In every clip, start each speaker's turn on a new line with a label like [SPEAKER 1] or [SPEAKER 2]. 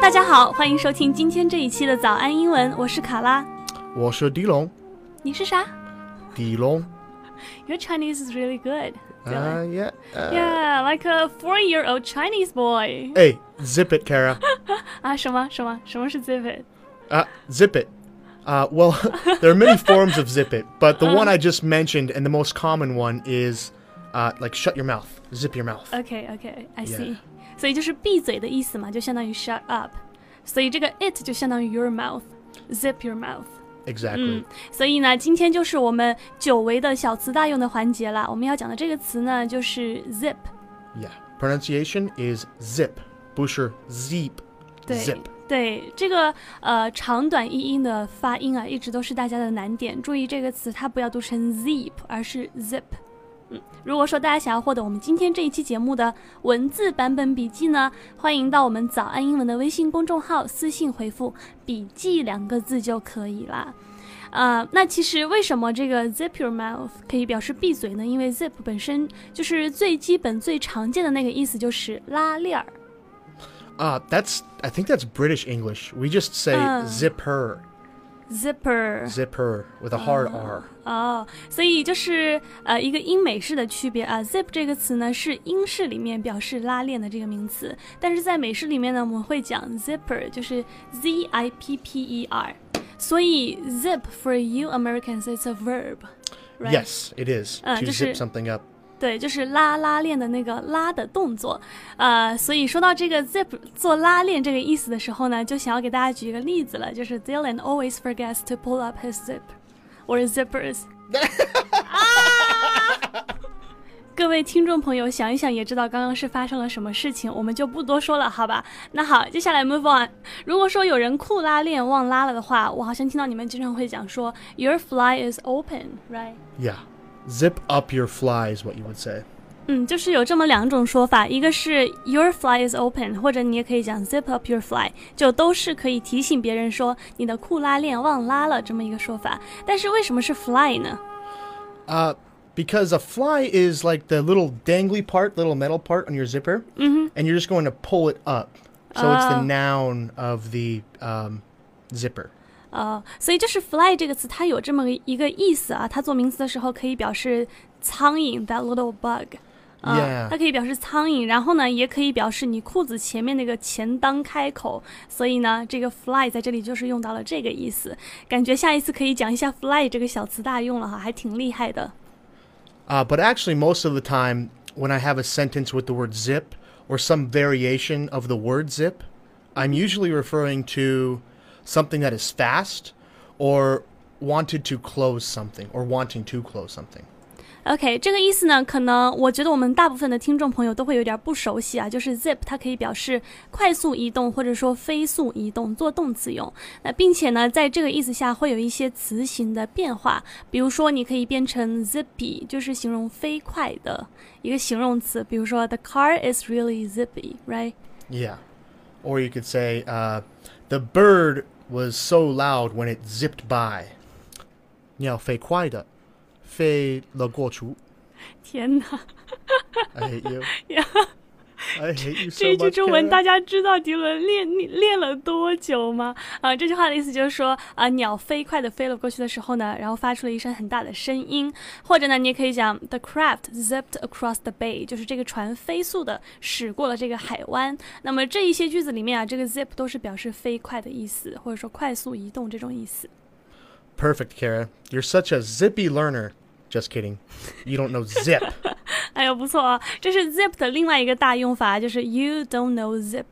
[SPEAKER 1] 大家好，欢迎收听今天这一期的早安英文，我是卡拉，
[SPEAKER 2] 我是狄龙，
[SPEAKER 1] 你是啥
[SPEAKER 2] 狄龙。
[SPEAKER 1] ？Your Chinese is really good.
[SPEAKER 2] 啊耶！
[SPEAKER 1] Yeah, like a four-year-old Chinese boy.
[SPEAKER 2] 哎，zip it, Kara.
[SPEAKER 1] 啊，什么什么什么是 zip it？
[SPEAKER 2] Uh, zip it. Uh, well, there are many forms of zip it, but the
[SPEAKER 1] Uh-huh.
[SPEAKER 2] one I just mentioned and the most common one is uh, like shut your mouth, zip your mouth.
[SPEAKER 1] OK OK I
[SPEAKER 2] Yeah.
[SPEAKER 1] see，、所以就是闭嘴的意思嘛，就相当于 shut up，所以这个 it 就相当于 your mouth，zip your mouth。
[SPEAKER 2] Exactly.
[SPEAKER 1] 所以呢，今天就是我们久违的小词大用的环节啦。我们要讲的这个词呢，就是 zip。
[SPEAKER 2] Yeah. Pronunciation is zip. Busher, zeep.
[SPEAKER 1] 对
[SPEAKER 2] Zip.
[SPEAKER 1] 对，这个呃长短一音的发音啊，一直都是大家的难点。注意这个词，它不要读成 zip，而是 zip。嗯，如果说大家想要获得我们今天这一期节目的文字版本笔记呢，欢迎到我们“早安英文”的微信公众号私信回复“笔记”两个字就可以啦。呃，那其实为什么这个 zip your mouth 可以表示闭嘴呢？因为 zip 本身就是最基本、最常见的那个意思，就是拉链儿。
[SPEAKER 2] Uh, that's, I think that's British English. We just say
[SPEAKER 1] Uh.
[SPEAKER 2] zip her,
[SPEAKER 1] zipper
[SPEAKER 2] zip her with a hard
[SPEAKER 1] Uh-huh.
[SPEAKER 2] R.
[SPEAKER 1] 哦，所以就是呃一个英美式的区别啊。zip 这个词呢是英式里面表示拉链的这个名词，但是在美式里面呢，我们会讲 zipper，就是 z i p p e r。所以 zip for you Americans it's a verb。Right?
[SPEAKER 2] Yes, it is.
[SPEAKER 1] Uh,
[SPEAKER 2] to
[SPEAKER 1] 就是-
[SPEAKER 2] zip something up.
[SPEAKER 1] 对，就是拉拉链的那个拉的动作，呃，所以说到这个 zip 做拉链这个意思的时候呢，就想要给大家举一个例子了，就是 Dylan always forgets to pull up his zip or zippers。啊 各位听众朋友，想一想也知道刚刚是发生了什么事情，我们就不多说了，好吧？那好，接下来 move on。如果说有人裤拉链忘拉了的话，我好像听到你们经常会讲说 Your fly is open，right？
[SPEAKER 2] Yeah. Zip up your fly is what you would say.
[SPEAKER 1] 嗯，就是有这么两种说法，一个是 your fly is open，或者你也可以讲 zip up your fly，就都是可以提醒别人说你的裤拉链忘拉了这么一个说法。但是为什么是 fly 呢？
[SPEAKER 2] Uh, because a fly is like the little dangly part, little metal part on your zipper, and you're just going to pull it up. So it's the noun of the um, zipper.
[SPEAKER 1] 呃，所以就是 fly 这个词，它有这么一个意思啊，它做名词的时候可以表示苍蝇 that little bug。啊
[SPEAKER 2] Yeah
[SPEAKER 1] 它可以表示苍蝇，然后呢，也可以表示你裤子前面那个前裆开口，所以呢，这个 fly 在这里就是用到了这个意思。感觉下一次可以讲一下 fly 这个小词大用了哈，还挺厉害的。
[SPEAKER 2] Uh, but actually, most of the time, when I have a sentence with the word zip or some variation of the word zip, I'm usually referring to something that is fast or wanted to close something or wanting to close something.
[SPEAKER 1] OK，这个意思呢，可能我觉得我们大部分的听众朋友都会有点不熟悉啊。就是 zip，它可以表示快速移动或者说飞速移动，做动词用。那并且呢，在这个意思下会有一些词形的变化，比如说你可以变成 zippy，就是形容飞快的一个形容词。比如说 the car is really zippy，right？
[SPEAKER 2] Yeah. Or you could say, uh, the bird was so loud when it zipped by. 鸟飞快地飞了过去。
[SPEAKER 1] 天哪，
[SPEAKER 2] I hate you.
[SPEAKER 1] Yeah.
[SPEAKER 2] I hate
[SPEAKER 1] 这
[SPEAKER 2] you so
[SPEAKER 1] 一句
[SPEAKER 2] much.
[SPEAKER 1] 中文
[SPEAKER 2] Kara.
[SPEAKER 1] 大家知道迪伦练练了多久吗？啊、这句话的意思就是说，啊、鸟飞快的飞了过去的时候呢，然后发出了一声很大的声音，或者呢，你也可以讲 the craft zipped across the bay，就是这个船飞速的驶过了这个海湾。那么这一些句子里面啊，这个 zip 都是表示飞快的意思，或者说快速移动这种意思。
[SPEAKER 2] Perfect, Kara. You're such a zippy learner. Just kidding. You don't know zip.
[SPEAKER 1] 哎呦，不错啊，这是 zip 的另外一个大用法，就是 you don't know zip。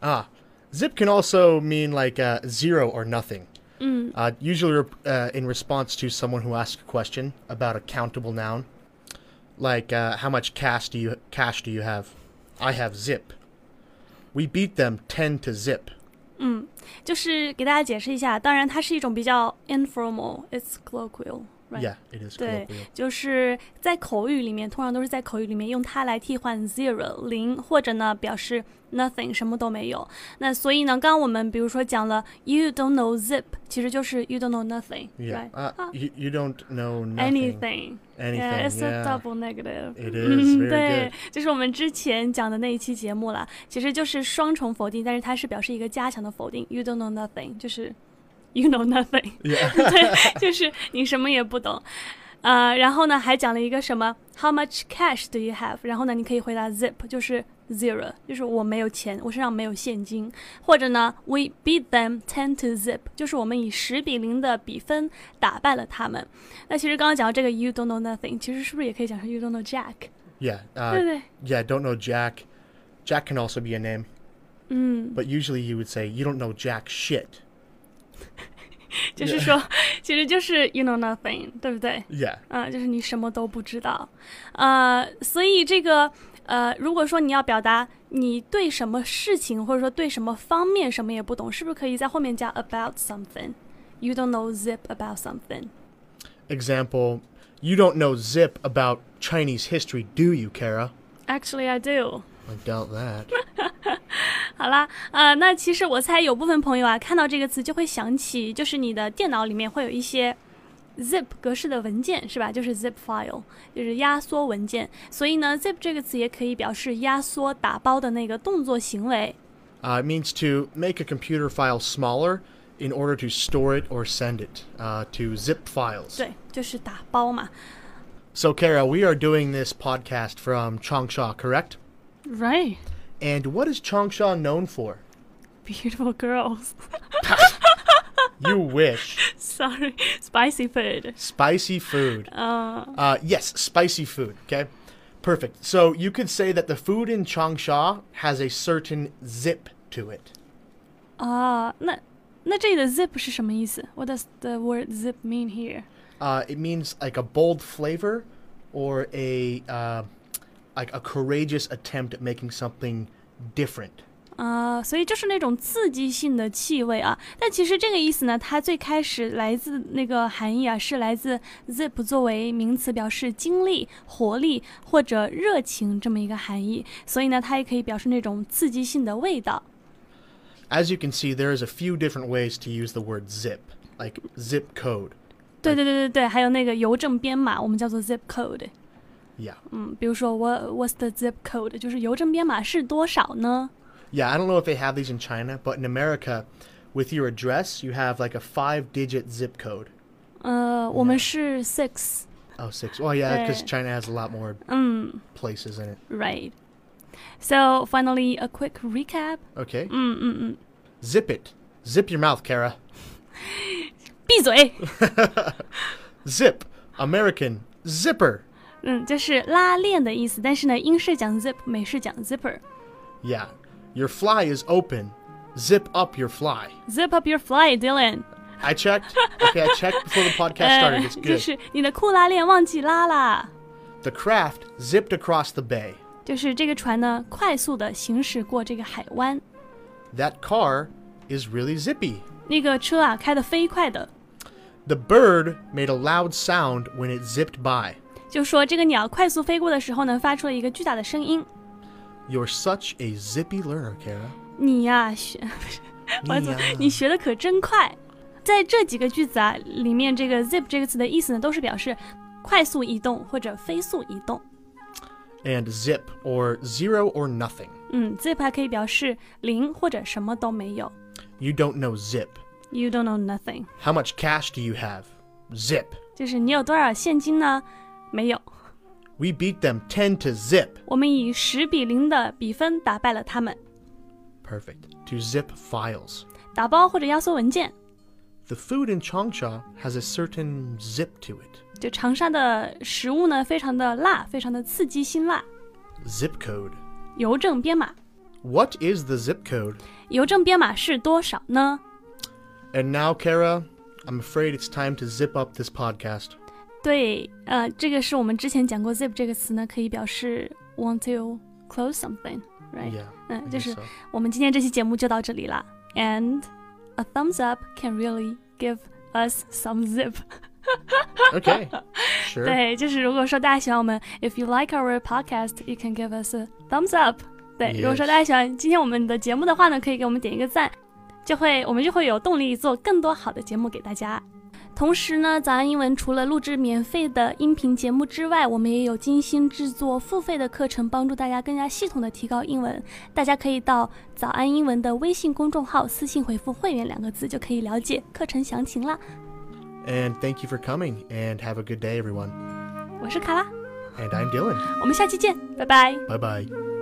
[SPEAKER 2] ah, zip can also mean like uh, zero or nothing.
[SPEAKER 1] Mm.
[SPEAKER 2] Uh, usually re- uh, in response to someone who asks a question about a countable noun, like uh, how much cash do you cash do you have? I have zip. We beat them ten to zip.
[SPEAKER 1] 就是给大家解释一下，当然它是一种比较 informal，it's colloquial， right?
[SPEAKER 2] Yeah, it is
[SPEAKER 1] 对
[SPEAKER 2] colloquial.，
[SPEAKER 1] 就是在口语里面，通常都是在口语里面用它来替换 zero 零，或者呢表示 nothing 什么都没有。那所以呢，刚刚我们比如说讲了 you don't know zip，其实就是 you don't know
[SPEAKER 2] Yeah.
[SPEAKER 1] nothing，right？
[SPEAKER 2] Uh,
[SPEAKER 1] Ah.
[SPEAKER 2] you, you don't know nothing.
[SPEAKER 1] Anything,
[SPEAKER 2] Anything.
[SPEAKER 1] yeah, it's a
[SPEAKER 2] yeah.
[SPEAKER 1] double negative.
[SPEAKER 2] It
[SPEAKER 1] 嗯
[SPEAKER 2] is very
[SPEAKER 1] 对
[SPEAKER 2] good.，
[SPEAKER 1] 就是我们之前讲的那一期节目了，其实就是双重否定，但是它是表示一个加强的否定。You don't know nothing，就是 you know nothing，
[SPEAKER 2] Yeah.
[SPEAKER 1] 对，就是你什么也不懂。呃，然后呢，还讲了一个什么？How much cash do you have？然后呢，你可以回答 zip，就是 zero，就是我没有钱，我身上没有现金。或者呢，We beat them ten to zip，就是我们以十比零的比分打败了他们。那其实刚刚讲到这个 You don't know nothing，其实是不是也可以讲成 You don't know jack？
[SPEAKER 2] yeah.
[SPEAKER 1] 对
[SPEAKER 2] Uh,
[SPEAKER 1] 不对？
[SPEAKER 2] yeah. Don't know Jack. Jack can also be a name,
[SPEAKER 1] 嗯，
[SPEAKER 2] but usually you would say you don't know Jack shit.
[SPEAKER 1] 就是说，其实就是 You know nothing，对不对？
[SPEAKER 2] Yeah.
[SPEAKER 1] 嗯，就是你什么都不知道，呃，所以这个呃，如果说你要表达你对什么事情或者说对什么方面什么也不懂，是不是可以在后面加 about something？You don't know zip about something。
[SPEAKER 2] Example. You don't know zip about Chinese history, do you, Kara?
[SPEAKER 1] Actually, I do.
[SPEAKER 2] I doubt that.
[SPEAKER 1] 好啦，呃，那其实我猜有部分朋友啊，看到这个词就会想起，就是你的电脑里面会有一些 zip 格式的文件，是吧？就是 zip file，就是压缩文件。所以呢，zip 这个词也可以表示压缩、打包的那个动作行为。
[SPEAKER 2] Uh, it means to make a computer file smaller in order to store it or send it uh, to zip files.
[SPEAKER 1] 对，就是打包嘛
[SPEAKER 2] So, Kara, we are doing this podcast from Changsha, correct?
[SPEAKER 1] ，right?
[SPEAKER 2] And what is Changsha known for?
[SPEAKER 1] Beautiful girls.
[SPEAKER 2] You wish.
[SPEAKER 1] Sorry, spicy food.
[SPEAKER 2] spicy food.
[SPEAKER 1] Uh,
[SPEAKER 2] Uh, yes, spicy food. Okay. Perfect. So, you could say that the food in Changsha has a certain zip to it.
[SPEAKER 1] 啊，那那这里的 zip 是什么意思？What does the word zip mean here?
[SPEAKER 2] Uh, it means like a bold flavor or a uh, like a courageous attempt at making something different.
[SPEAKER 1] 啊、所以就是那种刺激性的气味啊。但其实这个意思呢，它最开始来自那个含义啊，是来自 zip 作为名词表示精力、活力或者热情这么一个含义，所以呢，它也可以表示那种刺激性的味道。
[SPEAKER 2] As you can see, there is a few different ways to use the word zip, like zip code.
[SPEAKER 1] 对对对对对，还有那个邮政编码，我们叫做 zip code。
[SPEAKER 2] Yeah.
[SPEAKER 1] 嗯，比如说 what what's the zip code，就是邮政编码是多少呢？
[SPEAKER 2] Yeah, I don't know if they have these in China, but in America, with your address, you have like a five digit zip code.
[SPEAKER 1] 呃，我
[SPEAKER 2] 嗯
[SPEAKER 1] 们是 six。
[SPEAKER 2] Oh, six. Well, yeah, because
[SPEAKER 1] Uh,
[SPEAKER 2] China has a lot more places in it.
[SPEAKER 1] Right. So finally, a quick recap. 嗯
[SPEAKER 2] Okay.
[SPEAKER 1] Mm.
[SPEAKER 2] Zip it. Zip your mouth, Kara.
[SPEAKER 1] 闭嘴。
[SPEAKER 2] Zip. American. Zipper.
[SPEAKER 1] 嗯，就是拉链的意思，但是呢，英式讲 zip，美式讲 zipper。
[SPEAKER 2] Yeah. Your fly is open. Zip up your fly.
[SPEAKER 1] Zip up your fly, Dylan。
[SPEAKER 2] I checked. Okay, I checked before the podcast
[SPEAKER 1] 呃
[SPEAKER 2] started. It's，
[SPEAKER 1] 就
[SPEAKER 2] good.
[SPEAKER 1] 是你的裤拉链忘记拉啦。
[SPEAKER 2] The craft zipped across the bay.
[SPEAKER 1] 就是这个船呢，快速的行驶过这个海湾。
[SPEAKER 2] That car is really zippy.
[SPEAKER 1] 那个车啊，开得飞快的。
[SPEAKER 2] The bird made a loud sound when it zipped by.
[SPEAKER 1] 就说这个鸟快速飞过的时候呢，发出了一个巨大的声音。
[SPEAKER 2] You're such a zippy learner, Kara.
[SPEAKER 1] 你呀、学，我怎么
[SPEAKER 2] 你呀
[SPEAKER 1] 你学的可真快。在这几个句子啊里面，这个 zip 这个词的意思呢，都是表示快速移动或者飞速移动。
[SPEAKER 2] And zip, or zero or nothing.
[SPEAKER 1] 嗯，zip 还可以表示零或者什么都没有。
[SPEAKER 2] You don't know zip.
[SPEAKER 1] You don't know nothing，
[SPEAKER 2] How much cash do you have? Zip.
[SPEAKER 1] 就是你有多少现金呢？没有。
[SPEAKER 2] We beat them 10 to zip.
[SPEAKER 1] 我们以十比零的比分打败了他们。
[SPEAKER 2] Perfect. To zip files.
[SPEAKER 1] 打包或者压缩文件，
[SPEAKER 2] The food in Changsha has a certain zip to it.
[SPEAKER 1] 就长沙的食物呢，非常的辣，非常的刺激辛辣。
[SPEAKER 2] Zip code.
[SPEAKER 1] 邮政编码，
[SPEAKER 2] What is the zip code?
[SPEAKER 1] 邮政编码是多少呢？
[SPEAKER 2] And now, Kara, I'm afraid it's time to zip up this podcast.
[SPEAKER 1] 对，呃，这个是我们之前讲过 zip 这个词呢，可以表示 want to close something，right？、
[SPEAKER 2] Yeah.
[SPEAKER 1] 嗯，
[SPEAKER 2] I
[SPEAKER 1] 就
[SPEAKER 2] guess
[SPEAKER 1] 是
[SPEAKER 2] so.
[SPEAKER 1] 我们今天这期节目就到这里啦。And a thumbs up can really give us some zip
[SPEAKER 2] Okay. Sure.
[SPEAKER 1] 对，就是如果说大家喜欢我们，if you like our podcast, you can give us a thumbs up。对
[SPEAKER 2] Yes.
[SPEAKER 1] 如果说大家喜欢今天我们的节目的话呢，可以给我们点一个赞，就会我们就会有动力做更多好的节目给大家。同时呢，早安英文除了录制免费的音频节目之外，我们也有精心制作付费的课程，帮助大家更加系统的提高英文。大家可以到早安英文的微信公众号私信回复“会员”两个字，就可以了解课程详情啦。
[SPEAKER 2] And thank you for coming and have a good day, everyone.
[SPEAKER 1] 我是卡拉，
[SPEAKER 2] And I'm Dylan.
[SPEAKER 1] 我们下期见，拜拜。
[SPEAKER 2] Bye bye.